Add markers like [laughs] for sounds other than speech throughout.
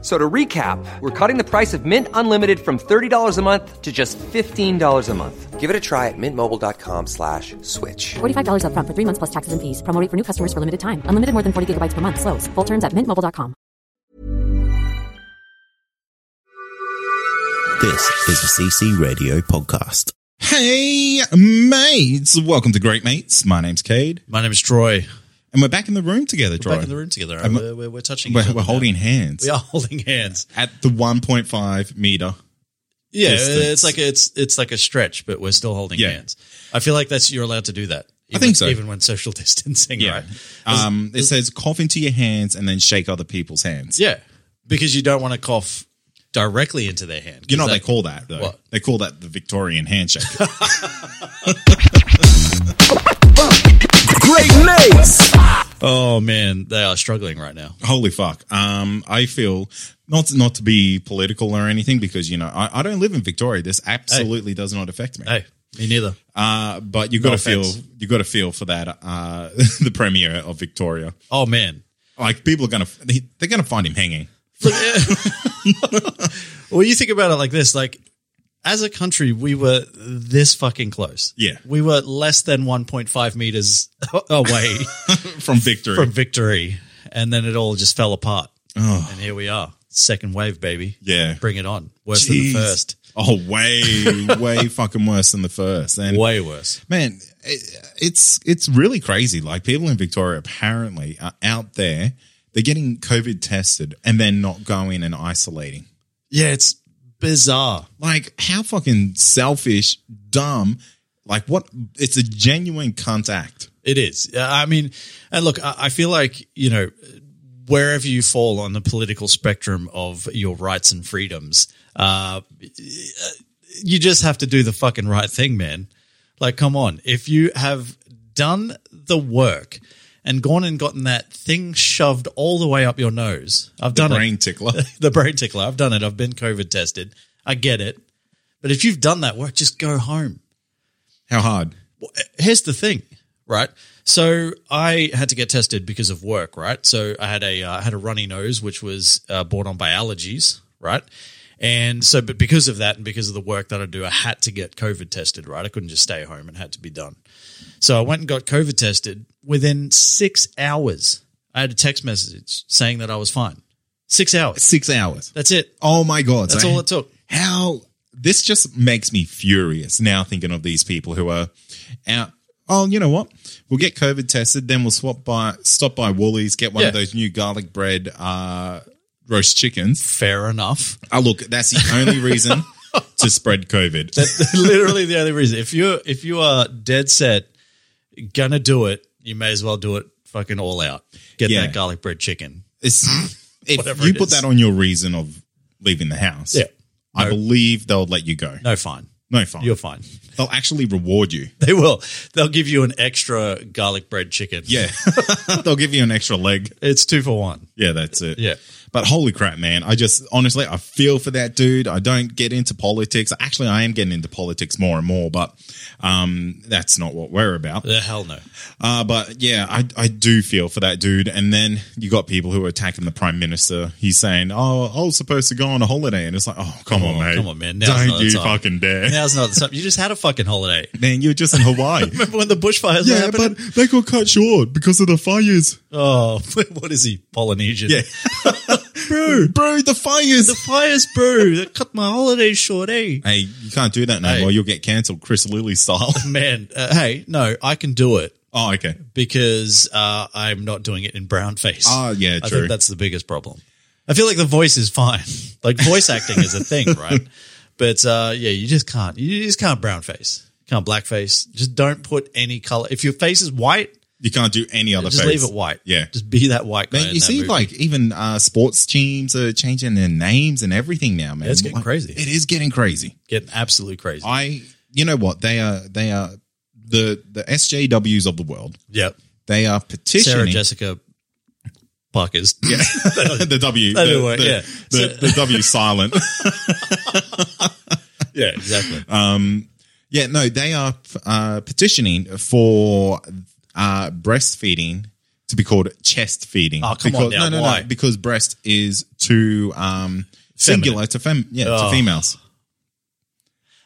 So to recap, we're cutting the price of Mint Unlimited from $30 a month to just $15 a month. Give it a try at mintmobile.com slash switch. $45 upfront for three months plus taxes and fees. Promo rate for new customers for limited time. Unlimited more than 40 gigabytes per month. Slows. Full terms at mintmobile.com. This is a CC Radio podcast. Hey, mates. Welcome to Great Mates. My name's Cade, My name is Troy. and we're back in the room together, We're Troy. back in the room together. I'm- we're, we're, we're touching. each We're, other we're now. holding hands We are [laughs] holding hands. at the 1.5 meter. Yeah, Distance. it's like it's it's like a stretch, but we're still holding Yeah. hands. I feel like that's you're allowed to do that. Even, think so. Even when social [laughs] distancing, right? Um, it says cough into your hands and then shake other people's hands. Yeah, because you don't want to cough directly into their hand. You know what they Because call that, though? What? They call that the Victorian handshake. [laughs] Great mates! Oh man, they are struggling [laughs] right now. Holy fuck. Um, I feel not not to be political or anything because, you know, I, I don't live in Victoria. This absolutely does not affect me. Hey, me neither. Uh, but you got to feel offense. you got to feel for that uh, [laughs] the premier of Victoria. Oh man. Like people are gonna they- they're gonna find him hanging. [laughs] Well, you think about it like this: like as a country, we were this fucking close. Yeah. we were less than 1.5 meters [laughs] away. from victory. from victory, and then it all just fell apart. And here we are, second wave, baby. Oh. Yeah. bring it on. Worse Jeez. than the first, Oh, [laughs] way, way fucking worse than the first. And way worse. man, it, it's it's really crazy. Like people in Victoria apparently are out there. They're getting COVID tested and then not going and isolating. Yeah, it's bizarre. Like how fucking selfish, dumb. Like what? It's a genuine cunt act. It is. Uh, I mean, and look, I, I feel like you know wherever you fall on the political spectrum of your rights and freedoms, uh, you just have to do the fucking right thing, man. Like, come on. If you have done the work and gone and gotten that thing shoved all the way up your nose, I've done Brain it. tickler. [laughs] the brain tickler. I've done it. I've been COVID tested. I get it. But if you've done that work, just go home How hard? here's the thing, right? So I had to get tested because of work, right? So I had a uh, I had a runny nose, which was uh, brought on by allergies, right? And so, but because of that, and because of the work that I do, I had to get COVID tested, right? I couldn't just stay home; it had to be done. So I went and got COVID tested. Within six hours, I had a text message saying that I was fine. Six hours. Six hours. That's it. Oh my god! That's So all it took. How this just makes me furious now thinking of these people who are out. Oh, you know what? We'll get COVID tested, then we'll swap by, stop by Woolies, get one Yeah. of those new garlic bread uh, roast chickens. Fair enough. Oh, look, that's the only [laughs] reason to spread COVID. That- [laughs] literally the only reason. If you're if you are dead set gonna do it, you may as well do it fucking all out. Get Yeah. that garlic bread chicken. It's- if Whatever you it put is. that on your reason of leaving the house, Yeah. I believe they'll let you go. No fine. No, fine. You're fine. [laughs] They'll actually reward you. They will. They'll give you an extra garlic bread chicken. Yeah. [laughs] they'll give you an extra leg. It's two for one. Yeah, that's it. Yeah. But holy crap, man. I just honestly, I feel for that dude. I don't get into politics. Actually, I am getting into politics more and more, but um, that's not what we're about. The [laughs] hell no. Uh, but yeah, I, I do feel for that dude. And then you got people who are attacking the prime minister. He's saying, Oh, I was supposed to go on a holiday. And it's like, Oh, come, on, on, mate. come on, man. Now's not Don't the you time. fucking dare. Now's not the time. You just had a [laughs] fucking holiday. man, you're just in [laughs] Hawaii. Remember when the bushfires were yeah, happening? but they got cut short because of the fires. oh, [laughs] what is he? Polynesian. [laughs] Yeah. Bro, bro, the fires. The fires, bro. They cut my holiday short, eh? Hey, you can't do that no Hey. more. You'll get cancelled, Chris Lilly style. [laughs] [laughs] Man, uh, hey, no, I can do it. oh, okay. because uh, I'm not doing it in brown face. Ah, yeah, I true. think that's the biggest problem. I feel like the voice is fine. [laughs] Like voice acting is a [laughs] thing, right? But uh, yeah, you just can't. You just can't brown face. Can't black face. Just don't put any color. If your face is white, You can't do any other. just face. leave it white. Yeah. just be that white guy. Man, in you that see, movie. like even uh, sports teams are changing their names and everything now, man. Yeah, it's getting Like, crazy. It is getting crazy. getting absolutely crazy. I, you know what? They are, they are the the SJWs of the world. yep. They are petitioning. Sarah Jessica [laughs] fuckers. Yeah. the W. They the, don't work, the- yeah. the- the W [laughs] silent. [laughs] yeah, exactly. Uh, Yeah, no, they are uh, petitioning for uh, breastfeeding to be called chest feeding. Oh, come because, on now, No, no, why? no, because breast is too um, singular to fem, yeah, to females.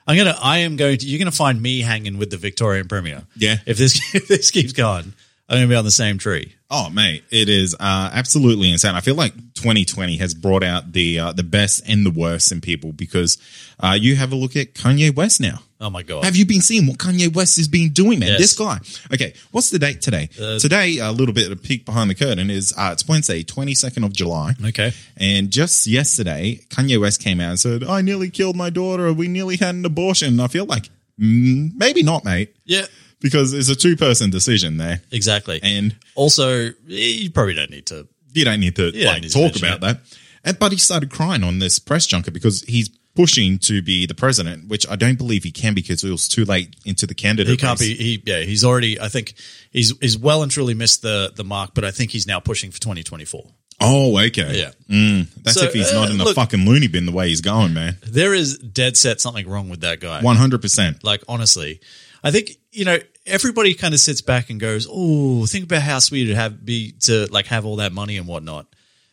I'm gonna. I am going to. You're gonna find me hanging with the Victorian Premier. Yeah. If this [laughs] if this keeps going, I'm gonna be on the same tree. Oh, mate, it is uh, absolutely insane. I feel like 2020 has brought out the uh, the best and the worst in people because uh, you have a look at Kanye West now. Oh my god. Have you been seeing what Kanye West has been doing, man? Yes. Uh, This guy. Okay, what's the date today? today, a little bit of a peek behind the curtain is uh, it's Wednesday, twenty second of July. Okay. And just yesterday, Kanye West came out and said, "I nearly killed my daughter. We nearly had an abortion." And I feel like mm, maybe not, mate, yeah. because it's a two person decision there, Exactly. and also, eh, you probably don't need to. you don't need to Yeah, like need to talk mention about it. that. And but he started crying on this press junket because he's pushing to be the president, which I don't believe he can because it was too late into the candidate. He can't race. be. He yeah. He's already. I think he's he's well and truly missed the the mark, but I think he's now pushing for 2024. Oh, okay. Yeah. That's So, if he's not uh, in the look- fucking loony bin the way he's going, man. There is dead set something wrong with that guy. 100%. Like honestly, I think you know everybody kind of sits back and goes, "Oh, think about how sweet it'd have be to like have all that money and whatnot."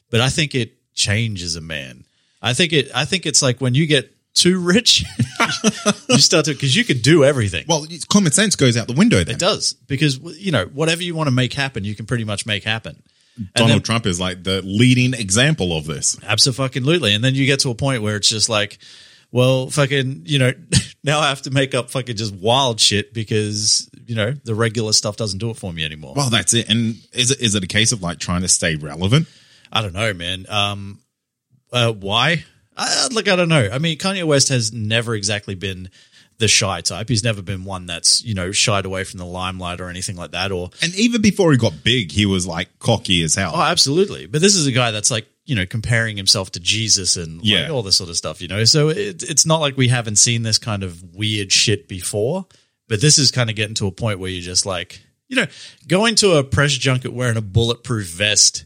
But I think it changes a man. I think it. I think it's like when you get too rich, [laughs] you start to because you can do everything. Well, it's- common sense goes out the window then. it does because you know whatever you want to make happen, you can pretty much make happen. Donald then- Trump is like the leading example of this. Absolutely. And then you get to a point where it's just like, well, fucking, you know, [laughs] now I have to make up fucking just wild shit because, you know, the regular stuff doesn't do it for me anymore. Well, that's it. And is it, is it a case of like trying to stay relevant? I don't know, man. Um, uh, why? Uh, look, I don't know. I mean, Kanye West has never exactly been the shy type. He's never been one that's, you know, shied away from the limelight or anything like that. Or, And even before he got big, he was like cocky as hell. oh, absolutely. But this is a guy that's like, you know, comparing himself to Jesus and like, Yeah. all this sort of stuff, you know. So it, it's not like we haven't seen this kind of weird shit before, but this is kind of getting to a point where you're just like, you know, going to a press junket wearing a bulletproof vest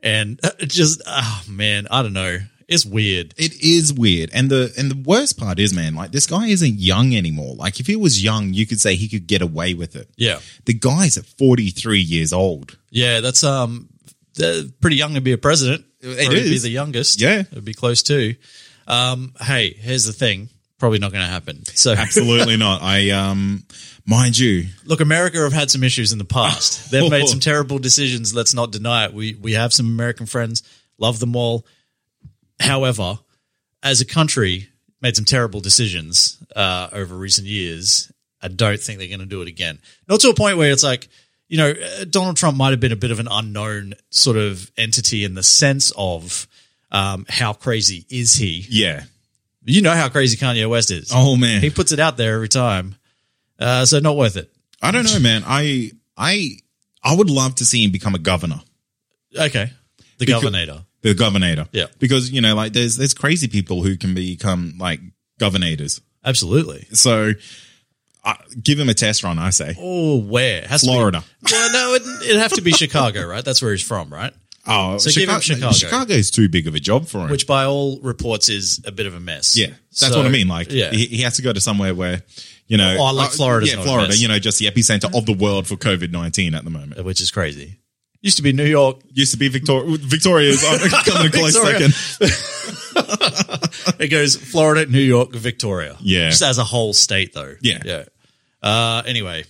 and [laughs] uh, just, oh man, I don't know. It's weird. it is weird. And the and the worst part is, man, like this guy isn't young anymore. Like if he was young, you could say he could get away with it. Yeah. The guy's at 43 years old. Yeah. That's, um, they're pretty young to be a president. It Be is. the youngest. Yeah. It'd be close too. Um, hey, here's the thing. Probably not going to happen. [laughs] So Absolutely not. I um mind you, Look, America have had some issues in [laughs] the past. They've made some terrible decisions. Let's not deny it. We we have some American friends, love them all. However, as a country, made some terrible decisions uh, over recent years. I don't think they're going to do it again. Not to a point where it's like, you know, uh, Donald Trump might have been a bit of an unknown sort of entity in the sense of um, how crazy is he? yeah. You know how crazy Kanye West is. Oh man. He puts it out there every time. Uh, so not worth it. I don't know, man. I I I would love to see him become a governor, Okay. The Because- Governator. the governor. Yeah. because you know, like there's there's crazy people who can become like governators. Absolutely. So uh, give him a test run, I say. Oh, where? Has to be- Florida. well, no, it'd, it'd have to be Chicago, right? That's where he's from, right? Oh, So give him Chicago. Chicago's too big of a job for him. Which, by all reports, is a bit of a mess. yeah, that's So- what I mean. Like, yeah. he, he has to go to somewhere where, you know, Oh, like uh, Florida's yeah, not Florida, best. you know, just the epicenter of the world for COVID nineteen at the moment. which is crazy. Used to be New York. [laughs] Used to be Victoria. Victoria's [laughs] coming close Victoria. second. It goes Florida, New York, Victoria. Yeah. Just as a whole state, though. Yeah. Yeah. Uh, anyway,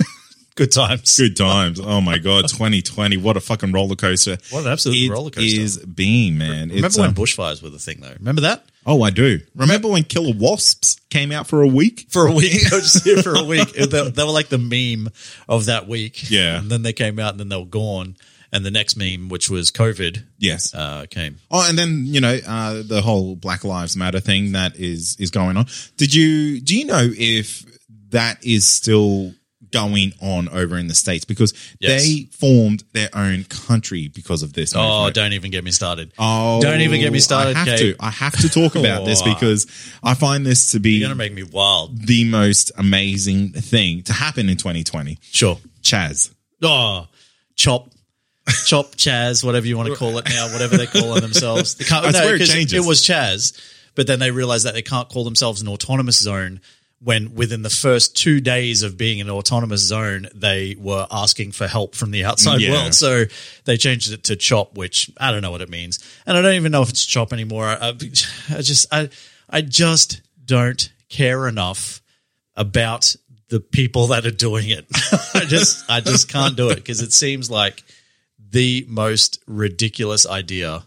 [laughs] good times. Good times. Oh my god, 2020. What a fucking roller coaster. What an absolute It roller coaster. is being, man. Remember It's, when um, bushfires were the thing, though? Remember that? oh, I do. Remember when killer wasps came out for a week? for a week. [laughs] I was just here for a week. They, they were like the meme of that week. Yeah. And then they came out and then they were gone. And the next meme, which was COVID, Yes. uh, came. oh, and then you know uh, the whole Black Lives Matter thing that is is going on. Did you do you know if that is still going on over in the states because Yes. they formed their own country because of this? Oh, movement. don't even get me started. Oh, don't even get me started. I have Kate. to. I have to talk about [laughs] this because I find this to be You're gonna make me wild. the most amazing thing to happen in 2020. Sure. Chaz. Oh, chop. Chop Chaz, whatever [laughs] you want to call it now, whatever they're calling themselves. They can't, I swear it 'cause changes. It was Chaz, but then they realized that they can't call themselves an autonomous zone when within the first two days of being an autonomous zone, they were asking for help from the outside Yeah. world. So they changed it to Chop, which I don't know what it means. And I don't even know if it's Chop anymore. I, I I just, I, I just don't care enough about the people that are doing it. [laughs] I just I just can't do it because it seems like the most ridiculous idea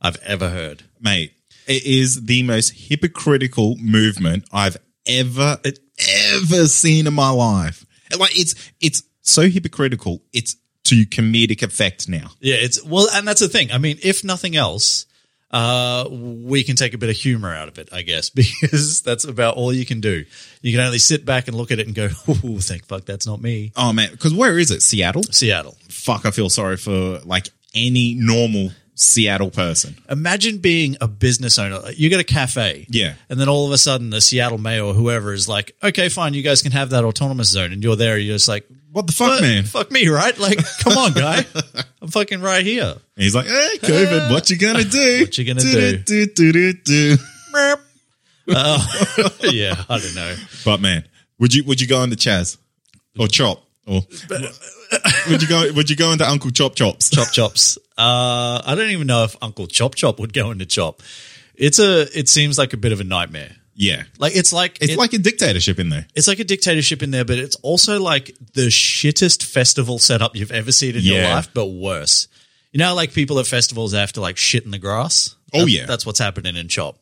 I've ever heard. mate. It is the most hypocritical movement I've ever ever seen in my life. Like it's it's so hypocritical. It's to comedic effect now. Yeah, it's well, and that's the thing. I mean, if nothing else, uh, we can take a bit of humor out of it, I guess, [laughs] because that's about all you can do. You can only sit back and look at it and go, "Oh, thank fuck, that's not me." Oh man, because where is it? Seattle. Seattle. Fuck, I feel sorry for like any normal Seattle person. Imagine being a business owner. Like, You get a cafe. Yeah. And then all of a sudden, the Seattle mayor or whoever is like, okay, fine, you guys can have that autonomous zone. And you're there, you're just like, What the fuck, "What? man? Fuck me, right? Like, come on, guy. [laughs] I'm fucking [laughs] right here. And he's like, "Hey, COVID, what you gonna do? [laughs] What you gonna do?" do, do, do, do. Merp. Oh, yeah, [laughs] I don't know. But man, would you would you go into Chaz or Chop or would you go would you go into Uncle Chop Chops? Chop chops. Uh, I don't even know if Uncle Chop Chop would go into Chop. It's a. It seems like a bit of a nightmare. Yeah, Like it's like it's it- like a dictatorship in there. it's like a dictatorship in there, but it's also like the shittest festival setup you've ever seen in your Yeah. life, but worse. You know, how, like people at festivals have to like shit in the grass. Oh, That- yeah. that's what's happening in Chop.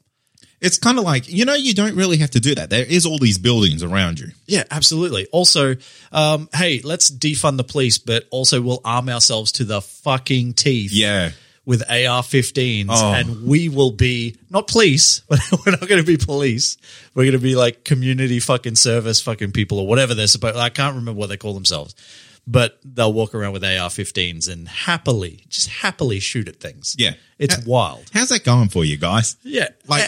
It's kind of like you know you don't really have to do that. There is all these buildings around you. Yeah, absolutely. Also, um, hey, let's defund the police, but also we'll arm ourselves to the fucking teeth. Yeah, with AR-15s, Oh. and we will be not police, [laughs] but we're not going to be police. We're going to be like community fucking service fucking people or whatever they're supposed. I can't remember what they call themselves, but they'll walk around with AR-15s and happily, just happily shoot at things. Yeah. it's wild. how's that going for you guys? Yeah, Like,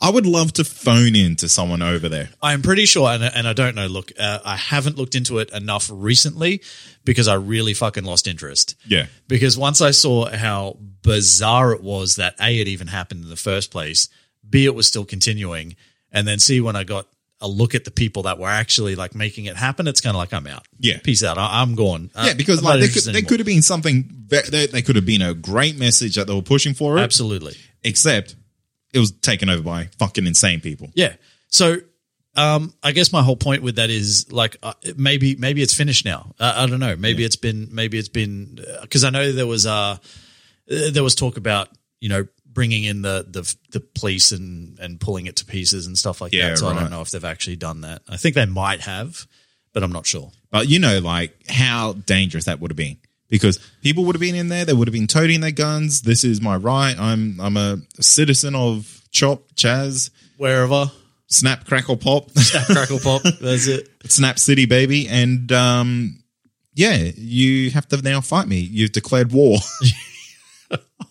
I would love to phone in to someone over there. I'm pretty sure, and, and I don't know. Look, uh, I haven't looked into it enough recently because I really fucking lost interest. Yeah. Because once I saw how bizarre it was that A, it even happened in the first place, B, it was still continuing, and then C, when I got a look at the people that were actually like making it happen, it's kind of like, I'm out. Yeah. Peace out. I, I'm gone. I- Yeah, because Uh, I'm not like there interested could, there anymore. could have been something. ve- There, there could have been a great message that they were pushing for it. Absolutely. Except it was taken over by fucking insane people. Yeah. So, um, I guess my whole point with that is like uh, maybe maybe it's finished now. Uh, I don't know. Maybe it's been maybe it's been because I know there was uh uh, there was talk about you know bringing in the the, the police and and pulling it to pieces and stuff like Yeah, that. So I right. don't know if they've actually done that. I think they might have, but I'm not sure. But you know, like how dangerous that would have been because people would have been in there. They would have been toting their guns. This is my right. I'm I'm a citizen of Chop Chaz. Wherever Snap, crackle, pop, [laughs] [laughs] crackle pop, that's it. Snap City, baby, and um, yeah, you have to now fight me. You've declared war. [laughs]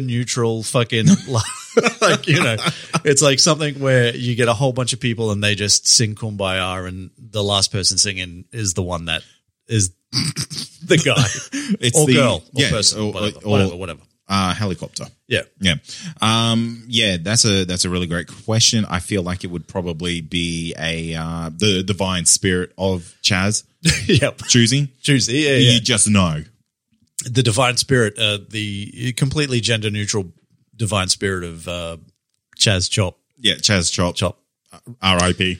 [laughs] neutral fucking like, [laughs] like you know it's like something where you get a whole bunch of people and they just sing kumbaya and the last person singing is the one that is [laughs] the guy [laughs] It's or the, girl or yeah, person or, whatever, or- whatever whatever Uh, helicopter. yeah [laughs] Yeah. Um, yeah, that's a that's a really great question. I feel like it would probably be a uh, the divine spirit of Chaz yep choosing. tuesday yeah, [laughs] yeah. You just know. the divine spirit, uh, the completely gender neutral divine spirit of uh, Chaz Chop. Yeah, Chaz Chop. Chop. R.I.P.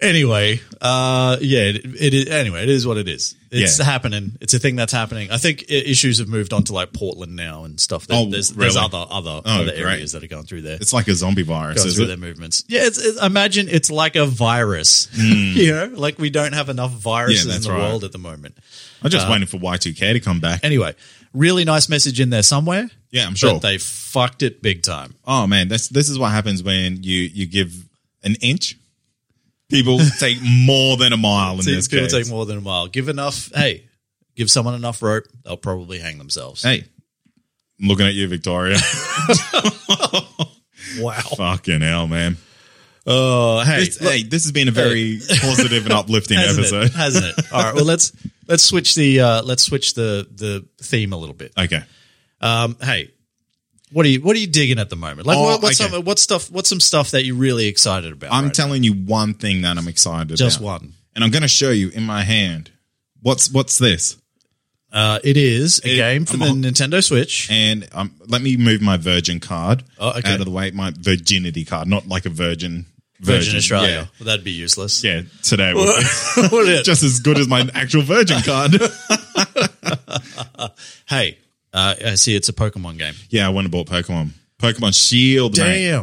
Anyway, uh, yeah, it, it is. Anyway, it is what it is. It's Yeah. happening. It's a thing that's happening. I think i- issues have moved on to like Portland now and stuff. There- Oh, there's, there's really? other other Oh, other great. areas that are going through there. It's like a zombie virus, Going is through it? their movements, yeah. It's, it's, imagine it's like a virus, [laughs] you know. Like we don't have enough viruses in Hmm. that's the right. world at the moment. I'm Uh-huh. just waiting for Y2K to come back. Anyway, really nice message in there somewhere. Yeah, I'm sure. But they fucked it big time. oh man, that's this is what happens when you you give an inch. [laughs] People take more than a mile in See, this people case. take more than a mile. Give enough. Hey, give someone enough rope, they'll probably hang themselves. Hey, I'm looking at you, Victoria. [laughs] [laughs] Wow. Fucking hell, man. Oh, hey, This- hey, this has been a very [laughs] positive and uplifting hasn't episode. [laughs] it? Hasn't it? All right. Well, let's let's switch the uh, let's switch the the theme a little bit. Okay. Um, hey, what are you what are you digging at the moment? Like, Oh, what, what's okay. some what's stuff what's some stuff that you're really excited about? I'm right telling you one thing that I'm excited now? just about. one. And I'm going to show you in my hand. What's what's this? Uh, it is a It- game for I'm the on- Nintendo Switch. And um, let me move my Virgin card Oh, okay. out of the way. My virginity card, not like a Virgin. Virgin, Australia. Well, that'd be useless. [laughs] Yeah, yeah today would be Would it? just as good as my actual Virgin card. [laughs] hey, uh, I see it's a Pokemon game. yeah, I went and bought Pokemon. Pokemon Shield. mate.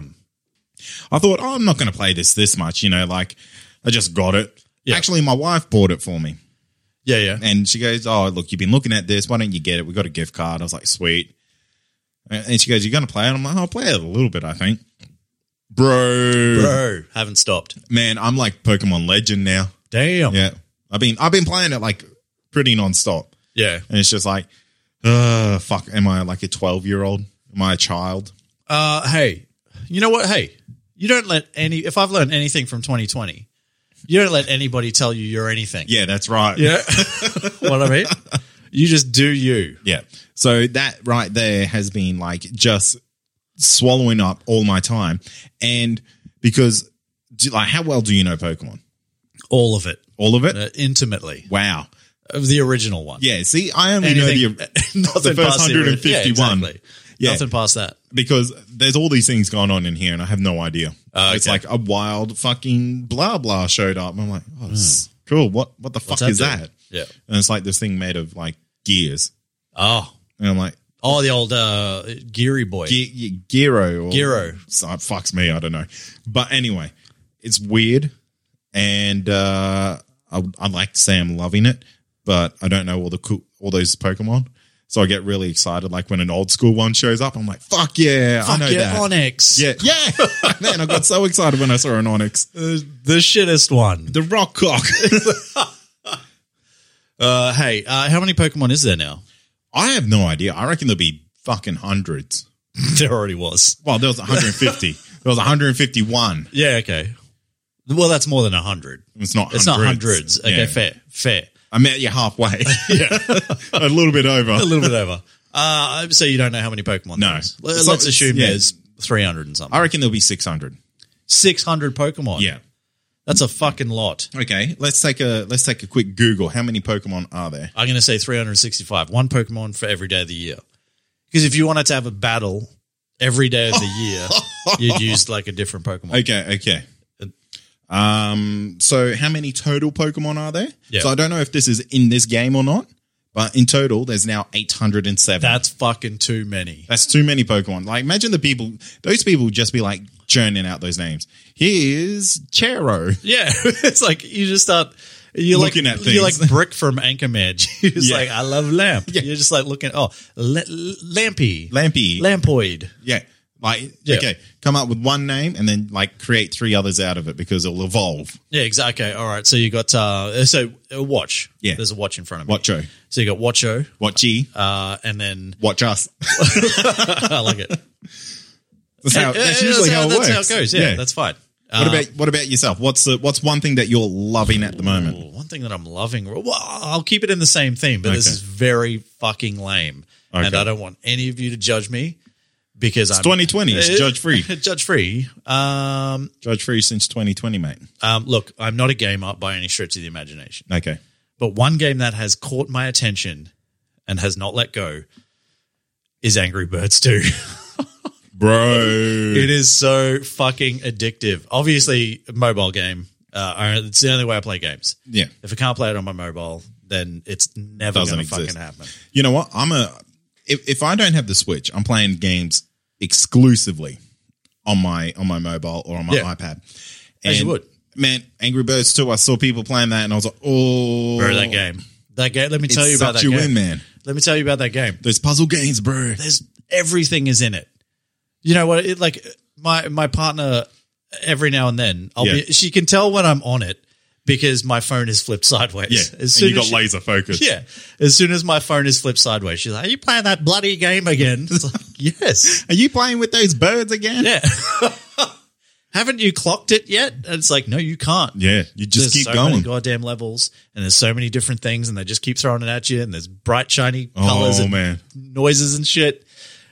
I thought, oh, I'm not going to play this this much. You know, like I just got it. Yeah. Actually, my wife bought it for me. Yeah, yeah. And she goes, Oh, look, you've been looking at this. Why don't you get it? We got a gift card. I was like, Sweet. And she goes, You're going to play it? I'm like, I'll play it a little bit, I think. Bro, Bro, haven't stopped. Man, I'm like Pokemon Legend now. Damn. Yeah. I've been I've been playing it like pretty nonstop. Yeah. And it's just like, uh fuck, am I like a twelve year old? Am I a child? Uh, hey, you know what? Hey, you don't let any. If I've learned anything from 2020, you don't let anybody tell you you're anything. Yeah, that's right. Yeah. [laughs] what I mean? You just do you. Yeah. So that right there has been like just swallowing up all my time. And because do- like how well do you know Pokemon? All of it, All of it? uh, intimately. Wow. Of the original one. Yeah. See, I only know the, the [laughs] nothing first past ori- 151 Yeah, exactly. Yeah. Nothing past that. because there's all these things going on in here and I have no idea. Uh, It's like a wild fucking blah blah showed up. I'm like, oh, this is cool. What what the fuck that is doing? that? Yeah. And it's like this thing made of like gears. Oh, And I'm like, oh, the old uh, Geary boy. G- G- Giro or Giro. So, fucks me, I don't know. But anyway, it's weird, and uh, I, I'd like to say I'm loving it, but I don't know all the cool, all those Pokemon. So I get really excited, like when an old school one shows up, I'm like, "Fuck yeah, I Fuck know yeah, that." Onyx. Yeah, yeah. [laughs] Man, I got so excited when I saw an Onyx, Uh, the shittest one. the Rock Cock. [laughs] Uh, hey, uh, how many Pokemon is there now? [laughs] I have no idea. I reckon there'll be fucking hundreds. there already was. [laughs] Well, there was 150. There was 151. Yeah, okay. Well, that's more than 100. It's not It's not hundreds. hundreds. Okay, Yeah. fair, fair. I met you [laughs] halfway. [laughs] a little bit over. A little bit over. Uh, so you don't know how many Pokemon No. there's. Let- It's Let's not- it's- assume yeah. there's 300 and something. I reckon there'll be 600. 600 Pokemon. Yeah. That's a fucking lot. Okay. Let's take a let's take a quick Google. How many Pokemon are there? I'm going to say 365. One Pokemon for every day of the year. Because if you wanted to have a battle every day of the [laughs] year, you'd use like a different Pokemon. Okay. Okay. Um. So how many total Pokemon are there? Yeah. So I don't know if this is in this game or not, but in total there's now 807. That's fucking too many. That's too many Pokemon. Like, imagine the people, those people would just be like churning out those names. Here's Chero. Yeah, [laughs] it's like you just start. You're Looking like, at You're like things. Brick from Anchorman. [laughs] You're just Yeah. like, I love Lamp. Yeah. You're just like looking. Oh, la- Lampy, Lampy. Lampoid. yeah. Like, Yeah. okay, come up with one name and then like create three others out of it because it'll evolve. Yeah, exactly. Okay, all right. So you got uh, so a watch. Yeah. there's a watch in front of me. Watcho. So you got Watcho, Watchy. uh, and then [laughs] Watch us. [laughs] I like it. That's, how, Yeah, that's yeah, usually that's how, it that's works. how it goes. Yeah, that's fine. what about what about yourself? What's the, what's one thing that you're loving at the moment? Ooh, Uh, one thing that I'm loving. Well, I'll keep it in the same theme, but this Okay. is very fucking lame, and Okay. I don't want any of you to judge me because I'm 2020 [laughs] is judge free. judge free. Um, Judge free since 2020, mate. um, look, I'm not a gamer by any stretch of the imagination, Okay. but one game that has caught my attention and has not let go is Angry Birds [laughs] 2. Bro. it is so fucking addictive. Obviously, a mobile game. Uh, I- it's the only way I play games. Yeah. If I can't play it on my mobile, then it's never Doesn't going to fucking exist. happen. You know what? I'm a if, if I don't have the Switch, I'm playing games exclusively on my on my mobile or on my Yeah. iPad. And As you would. Man, Angry Birds 2, I saw people playing that and I was like, oh Bro, that game. That game. Let me It tell you about sucked that you game. in, man. Let me tell you about that game. Those puzzle games, bro. There's everything is in it. You know what? It, like my my partner, every now and then, I'll Yeah. be. She can tell when I'm on it because my phone is flipped sideways. as soon as she- focus. Yeah, as soon as my phone is flipped sideways, she's like, "Are you playing that bloody game again?" It's like, "Yes, Are you playing with those birds again? yeah." [laughs] Haven't you clocked it yet? And it's like, no, you can't. Yeah, you just there's keep so going. Many goddamn levels, and there's so many different things, and they just keep throwing it at you, and there's bright shiny colors oh and man. noises and shit,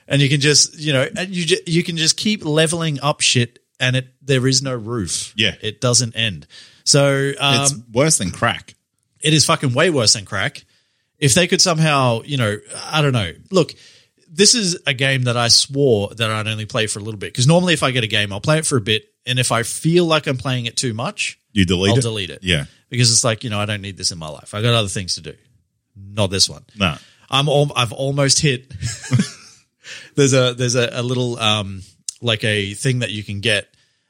and you can just you know, and you just, you can just keep leveling up shit, and it there is no roof. Yeah. it doesn't end. So um, It's worse than crack. it is fucking way worse than crack. If they could somehow, you know, I don't know. Look, this is a game that I swore that I'd only play for a little bit because normally if I get a game, I'll play it for a bit, and if I feel like I'm playing it too much, You delete I'll it. delete it. Yeah. because it's like you know I don't need this in my life. I got other things to do, not this one. Nah. I'm al- I've almost hit. [laughs] there's a there's a, a little um like a thing that you can get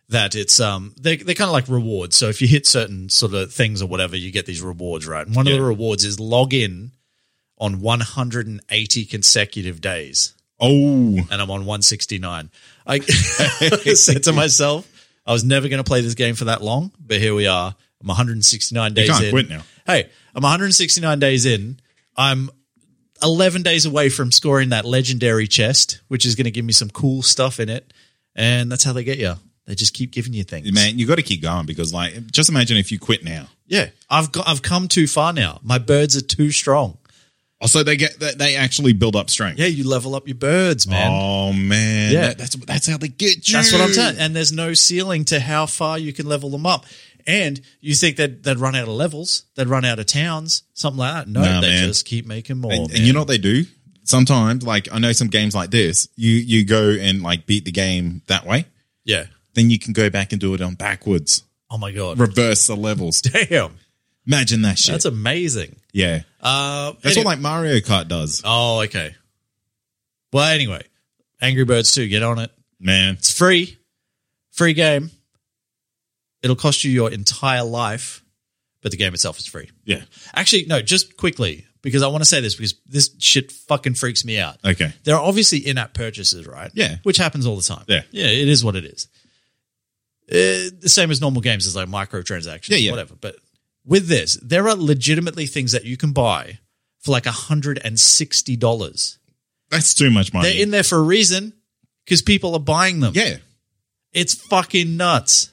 that it's um they they're kind of like rewards. So if you hit certain sort of things or whatever, you get these rewards, right? And one of the rewards is log in on 180 consecutive days, Oh. and I'm on 169. I [laughs] said to myself, I was never going to play this game for that long, but here we are. I'm 169 days can't in. quit now. Hey, I'm 169 days in. I'm 11 days away from scoring that legendary chest, which is going to give me some cool stuff in it. And that's how they get you. They just keep giving you things. Man, you got to keep going because like just imagine if you quit now. Yeah. I've got, I've come too far now. My birds are too strong. Also Oh, they get they- they actually build up strength. Yeah, you level up your birds, man. Oh man, Yeah. That- that's that's how they get you. That's what I'm saying. And there's no ceiling to how far you can level them up. And you think that they'd run out of levels, they'd run out of towns, something like that. No, Nah, they man. just keep making more. And, Oh, man. and you know what they do? Sometimes, like I know some games like this, you you go and like beat the game that way, yeah. then you can go back and do it on backwards, Oh my god. reverse the levels. [laughs] Damn. Imagine that shit. That's amazing. yeah, Uh, that's anyway- what like Mario Kart does, Oh, okay. Well, anyway, Angry Birds 2, get on it. man. It's free. Free game. It'll cost you your entire life, but the game itself is free. Yeah. Actually, no, just quickly, because I want to say this because this shit fucking freaks me out. Okay. There are obviously in app purchases, right? Yeah. Which happens all the time. Yeah. Yeah, it is what it is. Uh, the same as normal games is like microtransactions, Yeah, yeah. whatever. But with this, there are legitimately things that you can buy for like $160. That's too much money. They're in there for a reason because people are buying them. yeah. It's fucking nuts.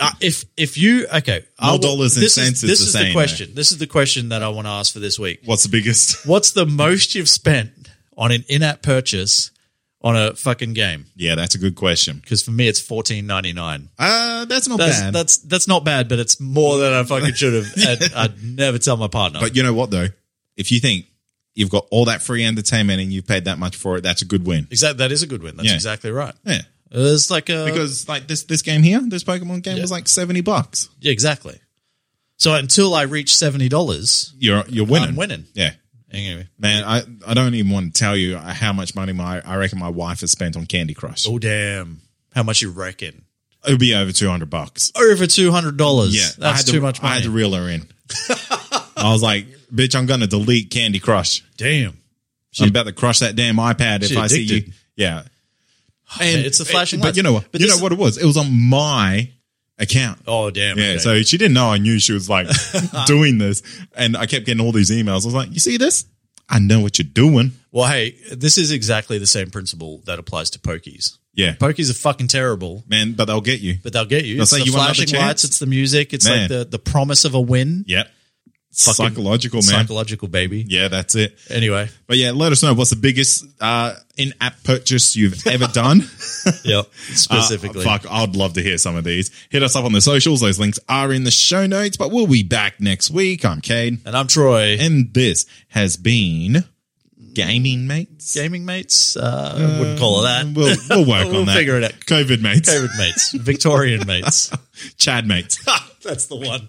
Uh, if if you okay, I will- dollars and this is- cents is This the is same, the though. question. This is the question that I want to ask for this week. What's the biggest? What's the most you've spent on an in-app purchase on a fucking game? Yeah, that's a good question. Because for me, it's fourteen ninety nine. Uh, that's not That's, bad. that's that's not bad, but it's more than I fucking should have. [laughs] and I'd never tell my partner. but you know what though? If you think you've got all that free entertainment and you've paid that much for it, that's a good win. exactly, that is a good win. That's Yeah. exactly right. Yeah. It's like a Because like this this game here, this Pokemon game was like seventy bucks. Yeah, exactly. So until I reach seventy dollars, You're you're winning. I'm winning. Yeah. anyway. Man, I, I don't even want to tell you how much money my I reckon my wife has spent on Candy Crush. Oh damn! How much you reckon? It would be over two hundred bucks. Over two hundred dollars. Yeah, I that's had too to, much I money. had to reel her [laughs] in. I was like, "Bitch, I'm gonna delete Candy Crush. damn. I'm about to crush that damn iPad if She I see you." addicted. Yeah, And it's the flashing but lights. you know what? But you this- know what it was? It was on my account. Oh damn! Yeah, okay. so she didn't know I knew she was [laughs] like doing this, and I kept getting all these emails. I was like, "You see this? I know what you're doing." well, hey, this is exactly the same principle that applies to pokies. Yeah, Pokies are fucking terrible, man, but they'll get you. but they'll get you. They'll it's say, the "You want another flashing chance?" lights. It's the music. It's Man. like the the promise of a win. Yep, psychological man. Psychological baby. yeah, that's it. [laughs] Anyway, But yeah, let us know what's the biggest uh, in-app purchase you've ever [laughs] done. yeah. Uh, Specifically, fuck, I'd love to hear some of these. Hit us up on the socials. Those links are in the show notes. But we'll be back next week. I'm Cade, and I'm Troy. and this has been gaming mates. gaming mates. Uh, I wouldn't call it that. [laughs] We'll, [laughs] we'll work We'll on that. figure it out. COVID mates. COVID mates, Victorian mates. Chad mates. [laughs] That's the one.